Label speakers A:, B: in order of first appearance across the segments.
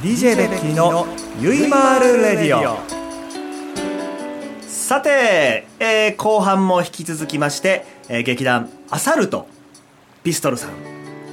A: DJ ベッキーのゆいまるレディオさて、えー後半も引き続きまして、えー劇団アサルトピストルさん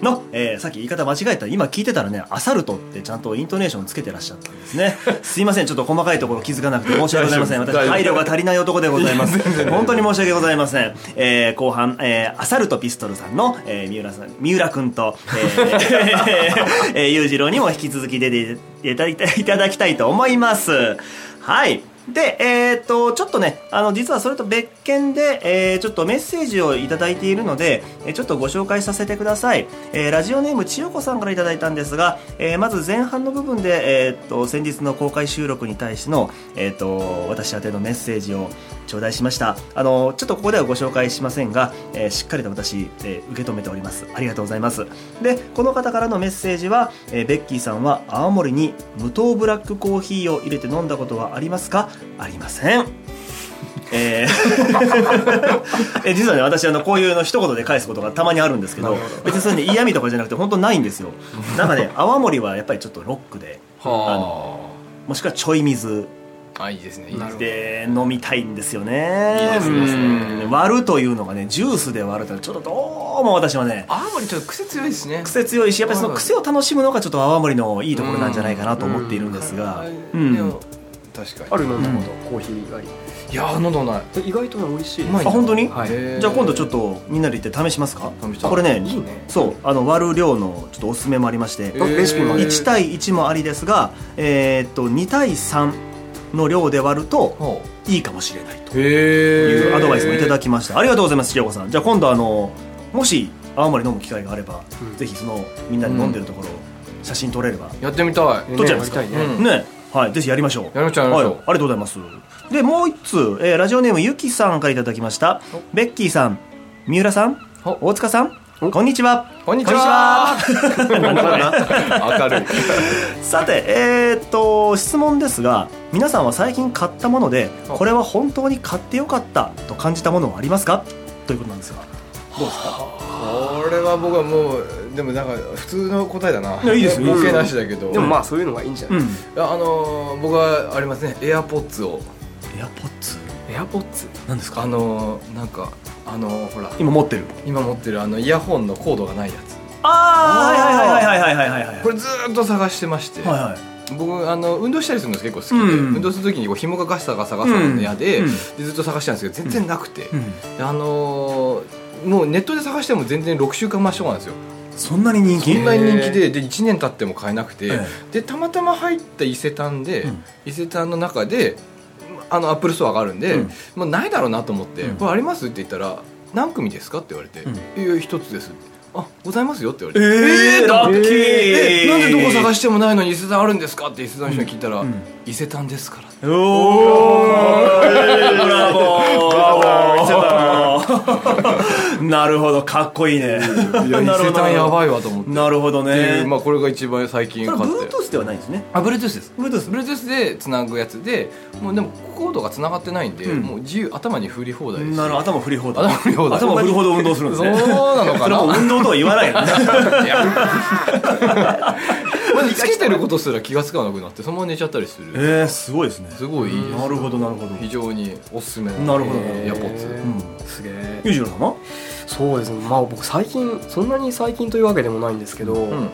A: の、えーさっき言い方間違えた今聞いてたらねアサルトってちゃんとイントネーションつけてらっしゃったんですねすいませんちょっと細かいところ気づかなくて申し訳ございません
B: 大丈
A: 私
B: 夫大丈夫
A: 配慮が足りない男でございます本当に申し訳ございません、えー後半、えーアサルトピストルさんの、えー三浦さん三浦君と、えーえー裕次郎にも引き続き出ていただいていただきたいと思いますはいで、えー、とちょっとねあの実はそれと別件で、えーちょっとメッセージをいただいているので、えーちょっとご紹介させてください、えーラジオネーム千代子さんからいただいたんですが、えーまず前半の部分で、えー、と先日の公開収録に対しての、えー、と私宛てのメッセージを頂戴しましたあのちょっとここではご紹介しませんが、えーしっかりと私、えー受け止めておりますありがとうございますでこの方からのメッセージは、えーベッキーさんは青森に無糖ブラックコーヒーを入れて飲んだことはありますかありませんえー え実はね私あのこういうの一言で返すことがたまにあるんですけど
B: なるほど
A: 別にそれ、ね、嫌味とかじゃなくて本当ないんですよなん かね青森はやっぱりちょっとロックで
B: は
A: もしくはちょい水
B: ああいいですねいいですね
A: で飲みたいんですよね
B: いいですね
A: うん割るというのがねジュースで割るとちょっとどうも私はね
B: 青森ちょっと癖強いですね
A: 癖強いしやっぱりその癖を楽しむのがちょっと泡盛のいいところなんじゃないかなと思っているんですがう
B: うん
A: ん
B: でも確かに
C: ある飲んだこと、コーヒー以外
B: いやー飲んだない
C: で意外とね美味しいです
B: うまい
A: あ本当に
C: はい
B: へー
A: じゃあ今度ちょっとみんなで行って試しますか
B: 試した
A: これね
C: いいね
A: そうあの割る量のちょっとおすすめもありまし
B: え
A: て
B: ー
C: レシピまで
A: 1対1もありですがえーっと2対3の量で割ると
B: ほ
A: いいかもしれないと
B: うへ
A: いうアドバイスもいただ
B: き
A: きましたありがとうございます千代子さんじゃあ今度あのもし泡盛飲む機会があれば
C: うん
A: ぜひそのみんなで飲んでるところを写真撮れれば
B: やってみたい
A: 撮っちゃいますか
C: ねやりたいね、
B: うん
A: ねはいぜひやりましょう
B: やりましょうやりましょう
A: はい、ありがとうございますでもう一通、えーラジオネームゆきさんからいただきましたベッキーさん三浦さん
B: お
A: 大塚さん
C: お
A: こんにちは
B: こんにちは
A: こんにちはなんだこれ
B: 明るい
A: さてえーっと質問ですが皆さんは最近買ったもので
B: お
A: これは本当に買ってよかったと感じたものはありますかということなんですがどうですか
B: これは僕はもうでもなんか普通の答えだない
A: やいいですよ
B: ボケなしだけど
C: でもまあそういうのがいいんじゃ
A: う
C: ない、
A: ん
B: いやあのー僕はありますねエアポッツを
A: エアポッツ
B: エアポッツ
A: なんです
B: あのーなんかあのーほら
A: 今持ってる
B: 今持ってるあのイヤホンのコードがないやつ
A: ああはいはいはいはいはいはい
B: これずーっと探してまして、
A: はいはい
B: 僕あの運動したりするの結構好きで、
A: うん
B: 運動する時にこう紐がガサガサガサの嫌で,、
A: うんうん
B: でずっと探してたんですけど全然なくて、
A: うん
B: あのーもうネットで探しても全然6週間待ちとかなんですよ
A: そんなに人気
B: そんなに人気でで1年経っても買えなくて、
A: え
B: でたまたま入った伊勢丹で、
A: うん
B: 伊勢丹の中であのアップルストアがあるんで、
A: うん
B: もうないだろうなと思って、
A: うん
B: これありますって言ったら何組ですかって言われて
A: う
B: 「いや一つです」って「あございますよ」って言われ
A: え
B: て
A: ー、
B: 「
A: ラッキー
B: えなんでどこ探してもないのに伊勢丹あるんですか?」って伊勢丹の人に聞いたら「
A: うん
B: 伊勢丹ですから」って
A: おーブラボーなるほどかっこいいね
B: 「いや伊勢丹やばいわ」と思って、
A: なるほど
B: っていう
A: ね
B: まあ、これが一番最近
A: こ
B: 買
A: れ
B: って
A: Bluetooth ではないんですね
B: あブルートゥースです
A: Bluetooth
B: Bluetooth でつなぐやつでもうでもコードがつながってないんで、
A: うん
B: もう自由頭に振り放題です
A: なる頭振り放題
B: 頭振り放題
A: 頭振るほど運動するんです
B: そう
A: ね
B: なの
A: そ
B: か
A: れも
B: な
A: 運動とは言わないよね
B: いやまずつけてることすら気がつかなくなってそのまま寝ちゃったりする
A: えー、すごいですね
B: すごいいいです
A: なるほどなるほど
B: 非常におすすめ
A: なるほど
B: エアポッツ
A: うん
C: すげえ
A: 裕次郎さんは
C: そうですねまあ僕最近そんなに最近というわけでもないんですけど、
B: うん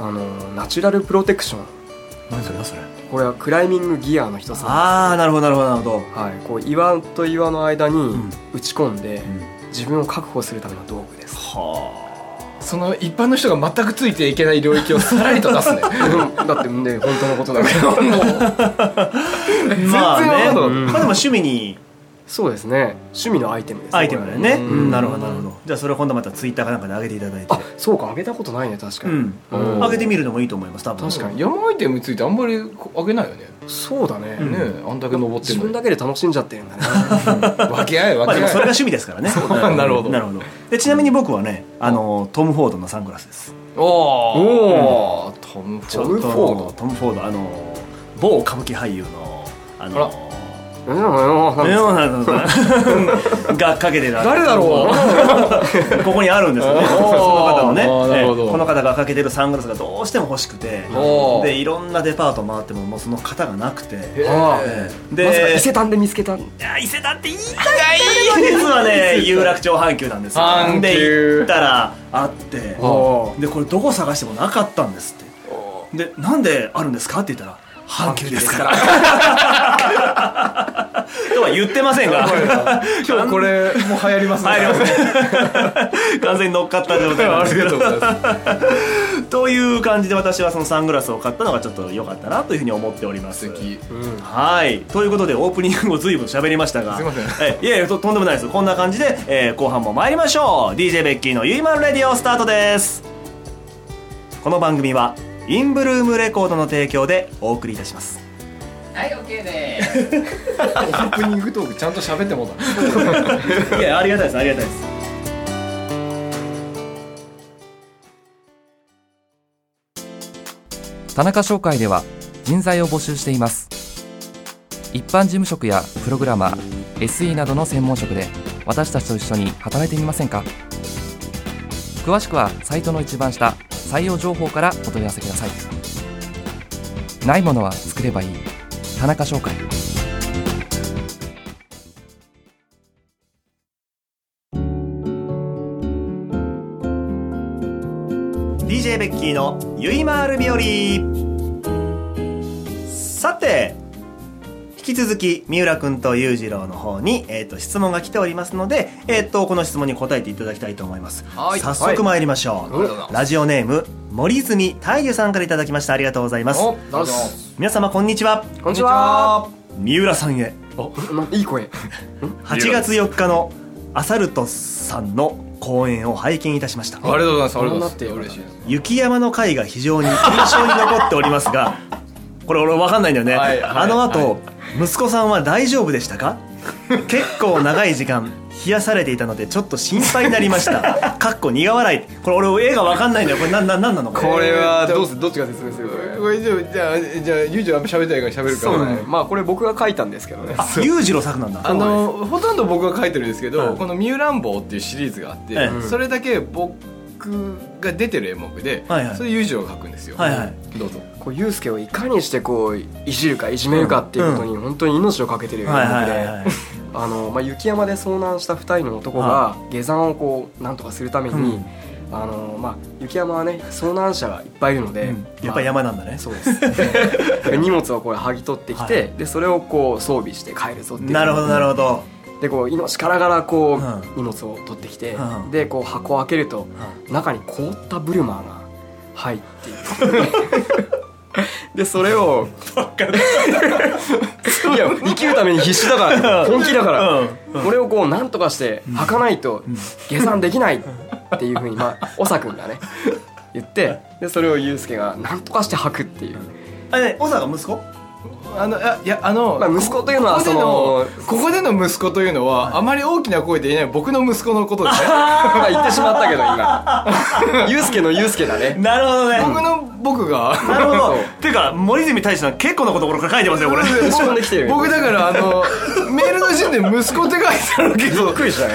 C: あのナチュラルプロテクション
A: 何それ何それ
C: これはクライミングギアの一つ
A: ああ
C: なんで
A: なるほどなるほどなるほど
C: すけどはい、こう岩と岩の間に
A: ん
C: 打ち込んで、
A: うん
C: 自分を確保するための道具 です
A: は
B: その一般の人が全くついていけない領域をさらりと出 すね
C: うんだってね本当のことだから
A: あ
B: 全然
A: まあね
B: わかんなか
A: まあで
C: ん
B: っ
A: も趣味に
C: そうですね趣味のアイテムです
A: アイテムだよね、
B: う
A: うんん、なるほどなるほどじゃあそれを今度またツイッターかなんかで上げていただいて
C: あそうかあげたことないね確か
A: う
C: に、
A: ん
B: うん
A: 上げてみるのもいいと思います多分
C: 確か
B: た
C: に
B: 山アイテムについてあんまりあげないよね
C: そうだね、
A: うん
B: ねえあんだけ登って
C: 自
B: る
C: 分
B: の
C: だけで楽しんじゃって るんだね
B: に分け合え
A: ま
B: 分
A: あで
B: け
A: も
B: 合
A: それが趣味ですからね
B: う なるほど
A: なるほどでちなみに僕はねあのトム・フォードのサングラスです
B: えおおトム・フ
A: ちょ
B: ォ
A: っ
B: ー
A: と
B: ド
C: ムフォード
A: トム・フォードあの某歌舞伎俳優のあ
B: あら
A: の
C: えよ
A: えーなんだなんだがかけてた
C: 誰だ
A: う
C: ろ
A: ここにあるんですよね
B: お
A: そ
B: ー
A: の方のね、え
B: あーなるほど
A: ーこの方がかけてるサングラスがどうしても欲しくて
B: おー
A: でいろんなデパート回ってももうその型がなくて
C: あ
A: えー
C: でまさか伊
A: で
C: 勢丹で見つけたん
A: いや伊勢だって言いたいけど実はね有楽町阪急なんですよ
B: 阪急
A: で行ったらあって
C: お
A: でこれどこ探してもなかったんですってでなんであるんですかって言ったら阪急ですから とは言ってませんが
B: 今日これもう流行りますね
A: 入りますね完全に乗っかった状態なん
B: あ
A: です
B: り
A: けど
B: がとうございます
A: という感じで私はそのサングラスを買ったのがちょっと良かったなというふうに思っております
B: 素敵
C: うん
A: はいということでオープニングを随分喋りましたが
B: すいません
A: えいやいやととんでもないですこんな感じで、えー後半も参りましょう DJ ベッキーのゆいまるレディオスタートですこの番組はインブルームレコードの提供でお送りいたし ます
D: はい、OK でーす。
B: オープニングトークちゃんと喋ってもうた
A: いやありがたいですありがたいです
E: 田中商会では人材を募集しています一般事務職やプログラマー SE などの専門職で私たちと一緒に働いてみませんか詳しくはサイトの一番下採用情報からお問い合わせくださいないものは作ればいい田中商会
A: ー DJ ベッキーのゆいまーる日和さて引き続き三浦君と裕次郎の方に、えー、と質問が来ておりますので、えー、とこの質問に答えていただきたいと思います
B: はい
A: 早速参りましょう、
B: はい
A: ラジオネーム森住大樹さんからいただきましたありがとうございます
B: お
C: どうぞ
A: 皆様こんにちは
C: こんにちは
A: 三浦さんへ
C: うんいい声
A: 8月4日のアサルトさんの公演を拝見いたしました
B: ありがとうございますありがとうございます
C: こうなって
B: 嬉しいです
A: 雪山の回が非常に印象に残っておりますが これ俺分かんないんだよね、
B: はいはい
A: あのあと、息子さんは大丈夫でしたか結構長い時間冷やされていたのでちょっと心配になりましたかっこ苦笑いこれ俺絵が分かんないんだよこれ何なななのこれ
B: これはどうす
C: すどっちが説明するこれ
B: これじゃあじゃあじゃあゆうちゃん喋りたいから喋るか
C: そ
B: ら
C: うねまあこれ僕が書いたんですけどね
A: あ裕次郎作なんだ
B: あのほとんど僕が書いてるんですけど、
A: うん
B: この「ミューランボー」っていうシリーズがあって、
A: え
C: え
B: それだけ僕が出てる演目で、
A: はいはい
B: それ裕次郎が書くんですよ、
A: はいはい
B: どうぞ
C: こうユースケをいかにしてこういじるかいじめるかっていうことに本当に命をかけてるよう
A: はい
C: な
A: は
C: の
A: いはい
C: で
A: はい
C: あの、まあ、雪山で遭難した2人の男が
A: は
C: 下山をこうなんとかするために、
A: うん
C: あのまあ、雪山はね遭難者がいっぱいいるので、
A: うんやっぱり山なんだね
C: そ うです荷物をこれ剥ぎ取ってきて、
A: はい
C: でそれをこう装備して帰るぞっていう
A: なるほどなるほど
C: でこう命からがらこう、
A: うん
C: 荷物を取ってきて、
A: うん
C: でこう箱を開けると、中に凍ったブルマーが入ってい るでそれをいや生きるために必死だから本気だから、
A: うん
C: これをこうなんとかして履かないと下山できないっていうふうにまあおさくんがね言ってでそれをユうスケがなんとかして履くっていう、
A: あれ小坂息子
B: あのあいやあの、
C: まあ、息子というのは
B: ここ
C: そ
B: で
C: の
B: のここでの息子というのは、あまり大きな声で言えない僕の息子のことですね
C: まあ言ってしまったけど今ユうスケのユうスケだね
A: なるほどね
B: 僕の僕が
A: なるほど
C: そう
A: ていうか森泉大志さん結構なことこれから書いてますよこれ
C: 打ち込んできてる
B: 僕だからあのメールの時点で息子って書いてあるけど
C: びっくりしたね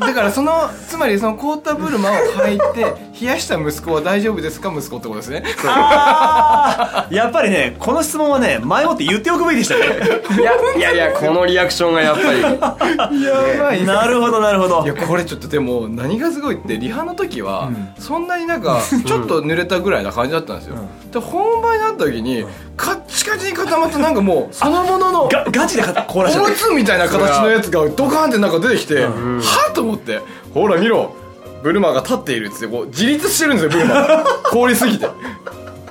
B: だからそのつまりその凍ったブルマを履いて冷やした息子は大丈夫ですか息子ってことですね
A: あーやっぱりねこの質問はね前もって言っておくべきでしたね
C: いやいやいやこのリアクションがやっぱ
B: やばい
A: なるほどなるほど
B: いやこれちょっとでも何がすごいってリハの時はそんなになんかちょっと濡れたぐらいな感じだったんですよ、で本番になった時にカッチカチに固まってなんかもうそのものの
A: がガチでか凍らしちゃ
B: お
A: っ
B: むつみたいな形のやつがドカーンってなんか出てきて、はっと思ってほら見ろブルマが立っているっつってこう自立してるんですよブルマが凍りすぎて
C: り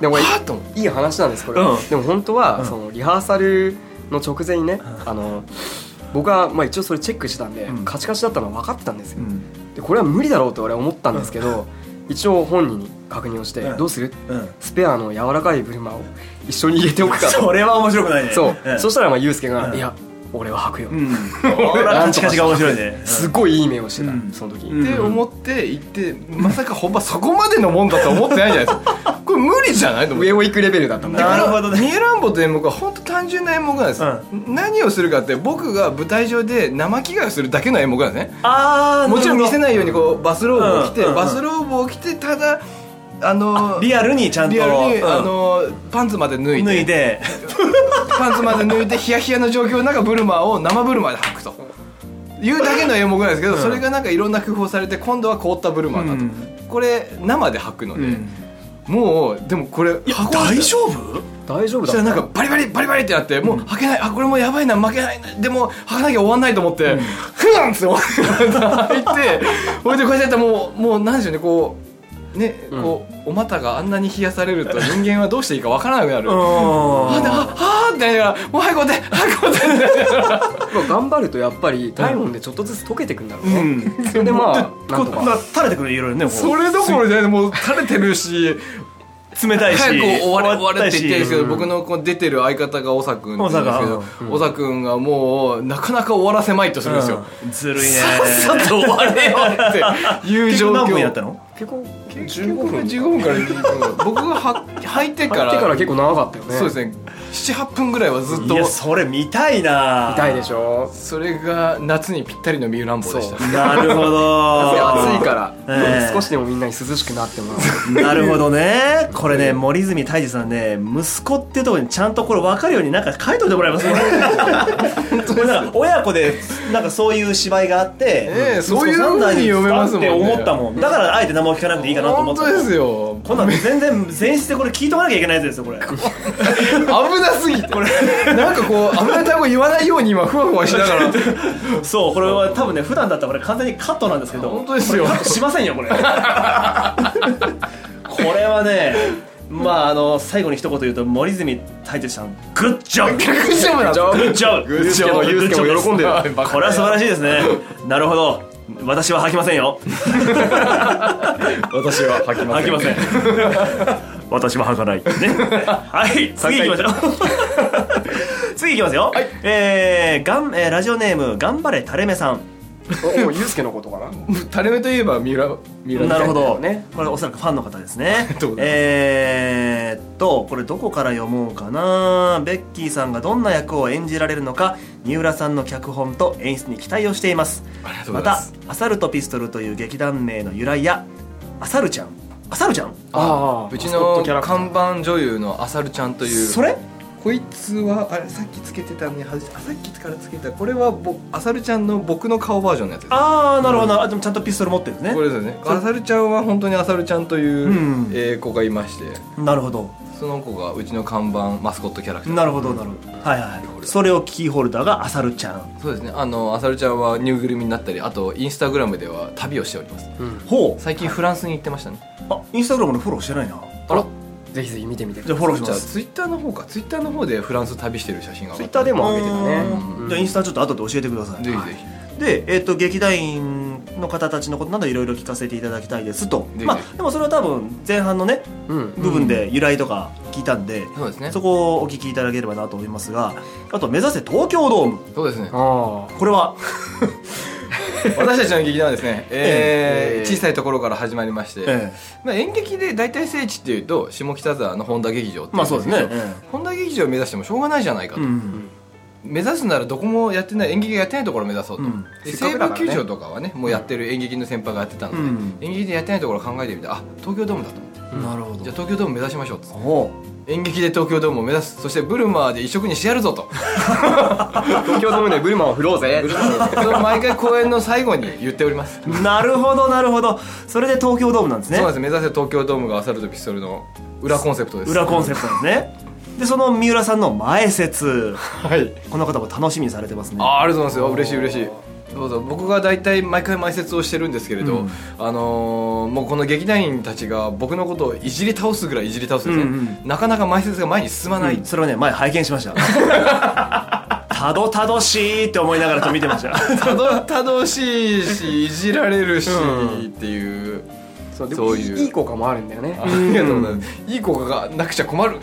C: でも
B: はっと思って
C: いい話なんですこれ、は
A: うん
C: でも本当は、そのリハーサルの直前にね、あの僕はまあ一応それチェックしてたんで、
A: うん
C: カチカチだったのは分かってたんですよ、
A: ん
C: でこれは無理だろうと俺は思ったんですけど、一応本人に確認をして、
A: うん
C: どうする
A: た、うん、
C: スペアの柔らかいブルマを一緒に入れておくか
A: それは面白くないね
C: そう、
A: ん
C: そしたらまあユースケが、
A: うん
C: いや俺は履くよ、
A: うんほらカチカチが面白いね
C: すごいいい目をしてた、
A: うん
C: その時、
A: うん
B: 思って行ってまさか本番そこまでのもんだと思ってないじゃないですかこれ無理じゃないと思っ
C: 上
B: て
C: を行くレベルだったんだ
A: なるほどね
B: ミエランボという演目は本当単純な演目なんです、何をするかって僕が舞台上で生着替えをするだけの演目なんですね
A: ああ
B: もちろん見せ
A: い
B: ないようにこうバスローブを着て、
A: うんうんうん
B: バスローブを着てただあの
A: リアルにちゃんと
B: リアルに、
A: うん
B: あのパンツまで脱い
A: 脱
B: で
A: いで
B: パンツまで脱いでヒヤヒヤの状況の中ブルマーを生ブルマーで履くというだけの演目なんですけど、それがなんかいろんな工夫されて今度は凍ったブルマーだと、これ生で履くので、もうでもこれ箱
A: 大丈夫
C: 大丈夫
B: そしたらなんかバリバリバリバリってなってもう履けないあこれもうやばいな負けないなでも履かなきゃ終わんないと思ってふわんっつって履いてほいでこうやってやったらもうもう何でしょうねこうねこうお股があんなに冷やされると人間はどうしていいかわからなくなる
A: う。
B: あ
A: ん
B: でああーってなりながらもう早く終わって早く終わ って
C: 頑張るとやっぱり体温でちょっとずつ溶けてくんだろう
A: う
C: ね、
A: ん
C: それでまあなん
A: ことうな
C: か
A: 垂れてくるいろいろねこう
B: それどころじゃないもう垂れてるし
A: 冷たいし
B: 早く終われ終われって言って
A: 終
B: るんですけど
A: わっ
B: 僕のこう出てる相方が小佐君って言うんですけ
A: 小
B: ど小佐君がもうなかなか終わらせまいとするんですよ、
A: たしうんずるいね
B: さっさと終われよっていう
A: 結
B: 状
A: 局
B: 況
A: 何分やったの
C: 結構15
B: 15分
C: 分
B: 15分から20分 僕がは履いて
C: 入
B: か
C: っ
B: ら
C: てから結構長かったよね
B: そうですね78分ぐらいはずっ
A: い
B: と
A: やそれ見たいな
C: 痛いでしょ
B: それが夏にぴったりのミューランボーでした
C: そ
A: なるほ
C: 暑い
A: ど
C: 暑いから、
A: ええ
C: 少しでもみんなに涼しくなってもらう
A: なるほどねこれね森泉泰治さんね息子っていうところにちゃんとこれ分かるようになんか書いといてもら えますこれなんか親子でなんかそういう芝居があって、
B: ええ
A: 息子
B: そういう風に
A: 三代に
B: 読めますもんね
A: って思ったもんだからあえて何も聞かなくていいかなと思
B: 本
A: った
B: 当ですよ
A: こんなの全然前室でこれ聞いとかなきゃいけないやつですよ これ
B: 危なすぎてなんかこう危ない単語言わないように今ふわふわしながら
A: そうこれは多分ね普段だったらこれ完全にカットなんですけど
B: 本当ですよ
A: これカットしませんよ これこれはねまああの最後に一言言うと森泉太一さんグッジ ョブ
B: グッジョブだ
A: グッジョブ
B: グッジョブ
A: グッジョブ
B: ユースケも喜んでる
A: はいこれは素晴らしいですねなるほど私は履きませんよ
B: 私は履き
A: 履きません私は履かないねはい次行きましょう 次行きますよ、えーがんえーラジオネーム頑張れタレメさん
C: おおゆうすけのことかな
B: 垂れ目といえばミューラミューラ
A: なるほど、
C: ね
A: これおそらくファンの方です ね
B: りがとうございます
A: えーっとこれどこから読もうかなベッキーさんがどんな役を演じられるのか三浦さんの脚本と演出に期待をしています
B: りがとう
A: ま
B: ございま
A: た
B: す
A: 「アサルトピストル」という劇団名の由来や「アサルちゃん」「アサルちゃん」
C: あ
B: うち
C: マスコッ
B: の
C: トキャラクター
B: 看板女優のあさるちゃんという
A: それ
B: こいつはあれさっきつけてたのに外しあさっきからつけてたこれはぼあさるちゃんの僕の顔バージョンのやつです
A: ああなるほど、あでもちゃんとピストル持ってるんです
B: こ
A: ね
B: れですよねあさるちゃんは本当にあさるちゃんという、
A: うん
B: えー子がいまして
A: なるほど
B: その子がうちの看板マスコットキャラクター
A: なるほどなるほどはいはいそれをキーホルダーが「アサルちゃん
B: そうですねあのあさるちゃんはぬいぐるみになったりあとインスタグラムでは旅をしております」
A: ほう
B: 最近フランスに行ってましたね
A: あインスタグラムのフォローしてないな
C: あらぜひぜひ見てみてく
A: じゃ
C: だ
A: あ
C: さ
A: フォローし
B: じ
A: ま
B: ゃあ
A: す
B: ツイッターの方かツイッターの方でフランス旅してる写真が
C: い
B: 上
C: ツイッ
B: がっ
C: ター
B: て
C: でも上げてたね
A: うんじゃあインスタちょっと後で教えてください
B: ぜひぜひ
A: で、えっと劇団員の方たちのことなどいろいろ聞かせていただきたいですと
B: ぜひ
A: まあ、でもそれは多分前半のね
C: うん
A: 部分で由来とか聞いたんで、
B: そうですね
A: そこをお聞きいただければなと思いますがあと「目指せ東京ドーム
B: そうですね
C: あ」
A: これは
B: 私たちの劇団はで すね、えー
C: ええ
B: 小さいところから始まりまして、
A: ええ
B: まあ、演劇で大体聖地っていうと下北沢の本田劇場ってい
A: まあそうですね
B: んけど
A: ええ
B: 本田劇場を目指してもしょうがないじゃないかと、
A: うん
B: 目指すならどこもやってない演劇がやってないところを目指そうと、
A: うん
B: で
C: せっかく
B: 西
C: だ
B: 武
C: からね
B: 球場とかはねもうやってる演劇の先輩がやってたので、
A: うん
B: 演劇でやってないところを考えてみてあ東京ドームだと思って
A: なるほ
B: じゃ
A: ど
B: あ東京ドーム目指しましょうっつって
A: おう
B: 演劇で東京ドームを目指すそしてブルマーで一色にしてやるぞと
C: 東京ドームでブルマを振ろうぜ
B: それを毎回公演の最後に言っております
A: なるほどなるほどそれで東京ドームなんですね
B: そうなんです目指せ東京ドームがアサルトピストルの裏コンセプトです
A: 裏コンセプトなんですねでその三浦さんの前説
B: はい
A: この方も楽しみにされてますね
B: あーありがとうございます嬉しい嬉しいどうぞ僕が大体毎回埋設をしてるんですけれど、
A: うん
B: あのーもうこの劇団員たちが僕のことをいじり倒すぐらいいじり倒すんですね、
A: うん
B: なかなか埋設が前に進まない、
A: うんそれをね前拝見しました たどたどしいって思いながらちょっ と見てました
B: たどたどしいしいじられるし、
A: うん
B: っていう
C: そうで
B: そ
C: も
B: ういう
C: いい効果もあるんだよね
B: ありがとうございますいい効果がなくちゃ困る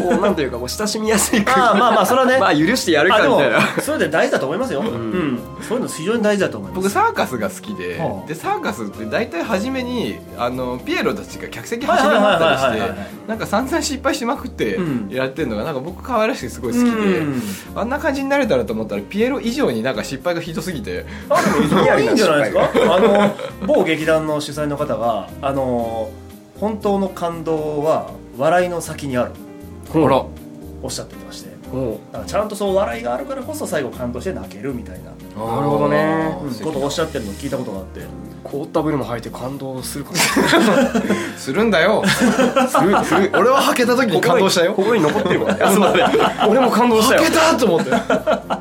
C: こうなんというかこう親しみやすい 空
A: ああ
C: 間
A: まあまあそれはね
C: まあ許してやる
A: あ
C: か
A: で
C: み
A: も
C: たいな
A: それで大事だと思いますよ、うんそういうの非常に大事だと思います
B: 僕サーカスが好きで,、
A: はあ
B: でサーカスって大体初めにあのピエロたちが客席走り回った
A: はい
B: り
A: はいはいはいは
B: してなんか散々失敗しまくって
A: うん
B: やってるのがなんか僕可愛らしくてすごい好きで、
A: うん
B: あんな感じになれたらと思ったらピエロ以上になんか失敗がひどすぎて
A: あでも
C: リア
A: い
C: ル
A: い
C: なん
A: じゃないです
C: 失敗
A: かあの某劇団の主催の方があの本当の感動は笑いの先にある
C: ほら
A: おっしゃってまして
C: も
A: だからちゃんとそう笑いがあるからこそ最後感動して泣けるみたいな
B: なる
C: なるほどね
A: ことをおっしゃってるのを聞いたことがあって
C: う凍ったブルも履いて感動するかもし
B: するんだよ
C: れないするする
B: 俺ははけた時に感動したよ
C: ここに残ってるわあそうだね俺も感動した
B: は
C: よ
B: けたと思って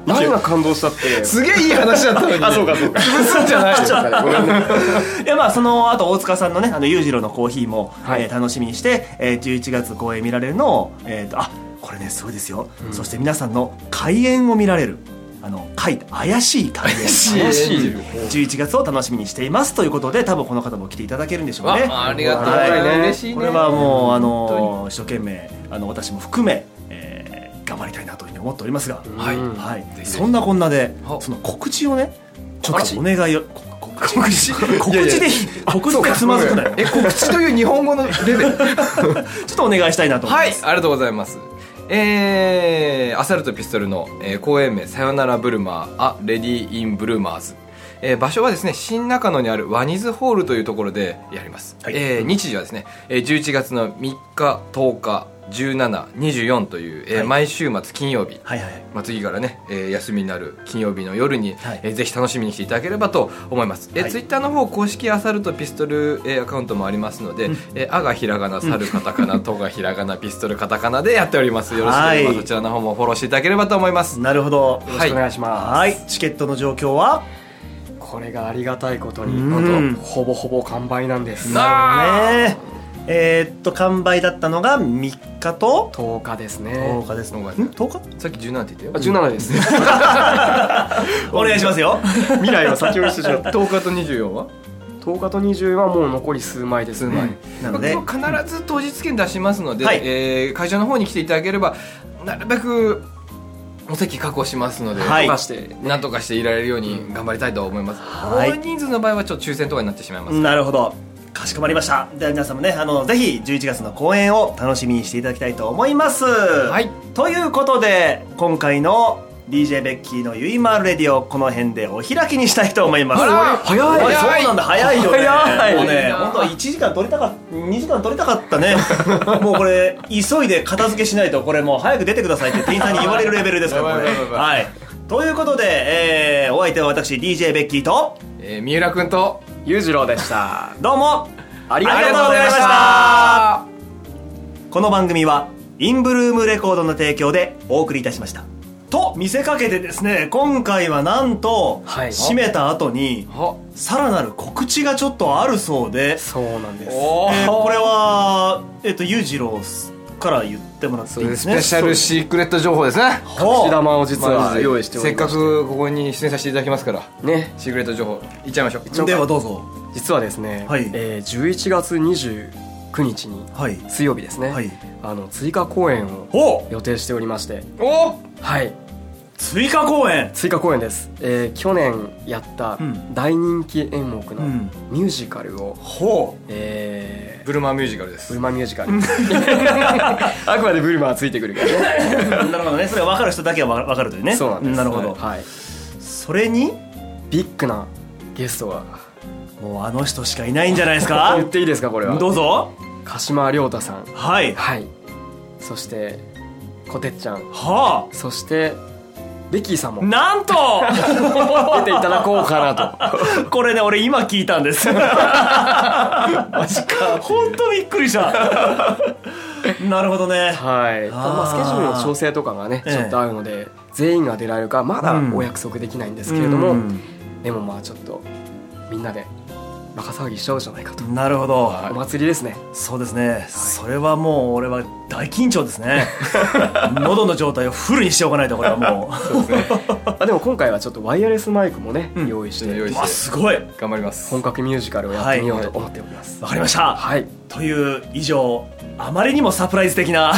C: 何が感動したって
B: すげえいい話だったのに
C: あそうかそうか
B: 潰すんじゃない
C: ごめんね
A: いやまあそのあと大塚さんのねあの裕次郎のコーヒーも、
C: はい
A: えー楽しみにして、えー11月公演見られるのを、えー、とあこれねすごいですよ、そして皆さんの開演を見られるあの怪怪しい開演
C: 怪しい
A: 11月を楽しみにしていますということで多分この方も来ていただけるんでしょうね
B: あありがとう
A: はい
B: 嬉しいね
A: これはもうあ
B: 本
A: の一生懸命あの私も含め、えー頑張りたいなというふうに思っておりますが、
C: はい
B: うん
A: はい
B: ひぜ、ひ
A: そんなこんなで
B: あ
A: その告知をねちょっ
C: 告
A: と
C: 知
A: お願いよこ告知告知で告知でつまずくなよ
B: え告知という日本語のレベル
A: ちょっとお願いしたいなと思い
B: はい
A: ま
B: あ
A: す
B: りがとうございますえー、アサルトピストルの、えー公演名「さよならブルマー」「ア・レディ・イン・ブルーマーズ」えー場所はですね新中野にあるワニズホールというところでやります、
A: はい
B: えー日時はですね、えー11月の3日10日1724という、えー
A: はい
B: 毎週末金曜日、
A: はいはい
B: まあ、次からね、えー休みになる金曜日の夜に、
A: はい
B: えーぜひ楽しみにしていただければと思います、え
A: はい
B: ツイッター Twitter の方公式アサルトピストル、えーアカウントもありますので「えーあ」がひらがな「さる」カタカナ「と」がひらがな「ピストル」カタカナでやっておりますよろしければ
A: はい
B: そちらの方もフォローしていただければと思います
A: なるほど
C: よろしくお願いします
A: はいチケットの状況は
C: これがありがたいこと
A: う
C: に
A: ん
C: なんとほぼほぼ完売なんです
B: な
A: ねえーっと完売だったのが3日と
C: 10日ですね
A: 10日ですねん
B: 10日
A: 10日
B: さっき17って言っ
C: あ
B: たよ
C: 17です
A: お願いしますよ
C: 未来を先取りしてしまった
B: 10日と24は
C: 10日と20はもう残り数枚です
B: 数枚
C: ね
A: なので
B: まあ今日必ず当日券出しますので、
A: はい
B: えー会場の方に来ていただければなるべくお席確保しますので、
A: はい
C: 出して
B: なんとかしていられるように頑張りたいと思います。
A: はい
B: 大人数の場合はちょっと抽選とかになってしまいます。
A: なるほどかしこまりましたでは皆さんもねあのぜひ11月の公演を楽しみにしていただきたいと思いますはいということで今回の DJ ベッキーのゆいまるレディオこの辺でお開きにしたいと思います
B: あら
A: 早
B: い
A: そうなんだ早いよね
C: 早い
A: もうね本当は1時間取りたかった2時間取りたかったね もうこれ急いで片付けしないとこれもう早く出てくださいって店員さんに言われるレベルですからこれ
B: やばいやばいやば
A: はいということで、えーお相手は私 DJ ベッキーと
B: えー、三浦君と
C: 裕次郎でした
A: どうも
C: あり
A: が
C: が
A: と
C: と
A: う
C: う
A: ご
C: ご
A: ざい
C: ざ
A: ま
C: いま
A: し
C: した
A: この番組はインブルームレコードの提供でお送りいたしましたと見せかけてですね今回はなんと、
C: はい
A: 閉めた後に
B: あ
A: さらなる告知がちょっとあるそうで、
C: そうなんで
A: え
C: す
B: お
A: ーこれはえっ、と裕次郎から言ってもらっていいです
B: ス
A: ね
B: ペシャルシークレット情報ですね。
A: ほう
C: 口玉を実は用意してお
B: せ
C: り
B: っ
C: ま
B: か
C: す
B: くここに出演させていただきますから、
C: ね
B: シークレット情報いっちゃいましょう。
A: ではどうぞ
C: 実はですね、
A: はい
C: えー11月29日に
A: はい
C: 水曜日ですね、
A: はい
C: あの追加公演を
A: ほう
C: 予定しておりまして
B: お
C: はい
A: 追加公演
C: 追加公演です、えー去年やった
A: うん
C: 大人気演目の
A: うん
C: ミュージカルを、
A: ほ
C: えー
B: ブルマーミュージカルで
C: ブ
B: す
C: ル。マミュージカル あくまでブルマはついてくるからね
A: う なるほどねそれは分かる人だけは分かるというね
C: そうなんです
A: るほど、
C: はい、
A: それに
C: ビッグなゲストが
A: もうあの人しかいないんじゃないですか
C: 言っていいですかこれは
A: どうぞ
C: 鹿島亮太さん
A: はい
C: はいそしてこてっちゃん
A: は
C: そしてベッキーさんも
A: あなん と
C: 出ていただこうか なと
A: これね俺今聞いたんですマジか本当びっくりしたなるほどね
C: は
A: あ
C: いまあ、
A: ー
C: スケジュールの調整とかがね
A: ええ
C: ちょっと合うので、全員が出られるかまだ
A: うん
C: お約束できないんですけれども、
A: うん
C: でもまあちょっとみんなでバカ騒ぎしちゃうじゃないかと、
A: なるほど、
C: お祭りですね
A: そうですね、それはもう俺は大緊張です ね喉の状態をフルにしておかないとこれはも
C: あでも今回はちょっとワイヤレスマイクもね、用意し
B: 用
C: て
B: 意
A: う
B: し
A: わすごい
B: 頑張ります
C: 本格ミュージカルをやってみようと思っております
A: わかりました、
C: はい、
A: という以上あまりにもサプライズ的な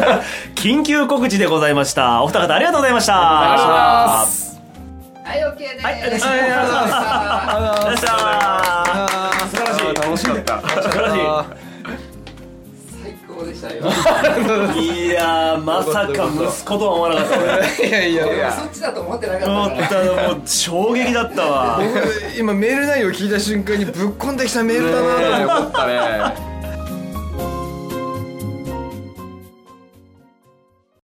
A: 緊急告知でございましたお二方ありがとうございました
C: あ
D: はい、OK です。
A: はいありがとうござい
D: ます。
A: ありがとうございました
B: 素晴らしい楽しかった
A: 素晴らしい
D: 最高でしたよ。
A: いやーまさか息子とは思わなかっ た俺
B: いやいやい
D: 俺
B: や
D: そっちだと思ってなか
A: 思
D: ったか
A: っ
D: ら。
A: たのもう衝撃だったわ
B: 僕今メール内容聞いた瞬間にぶっこんできたメールだなと思ったね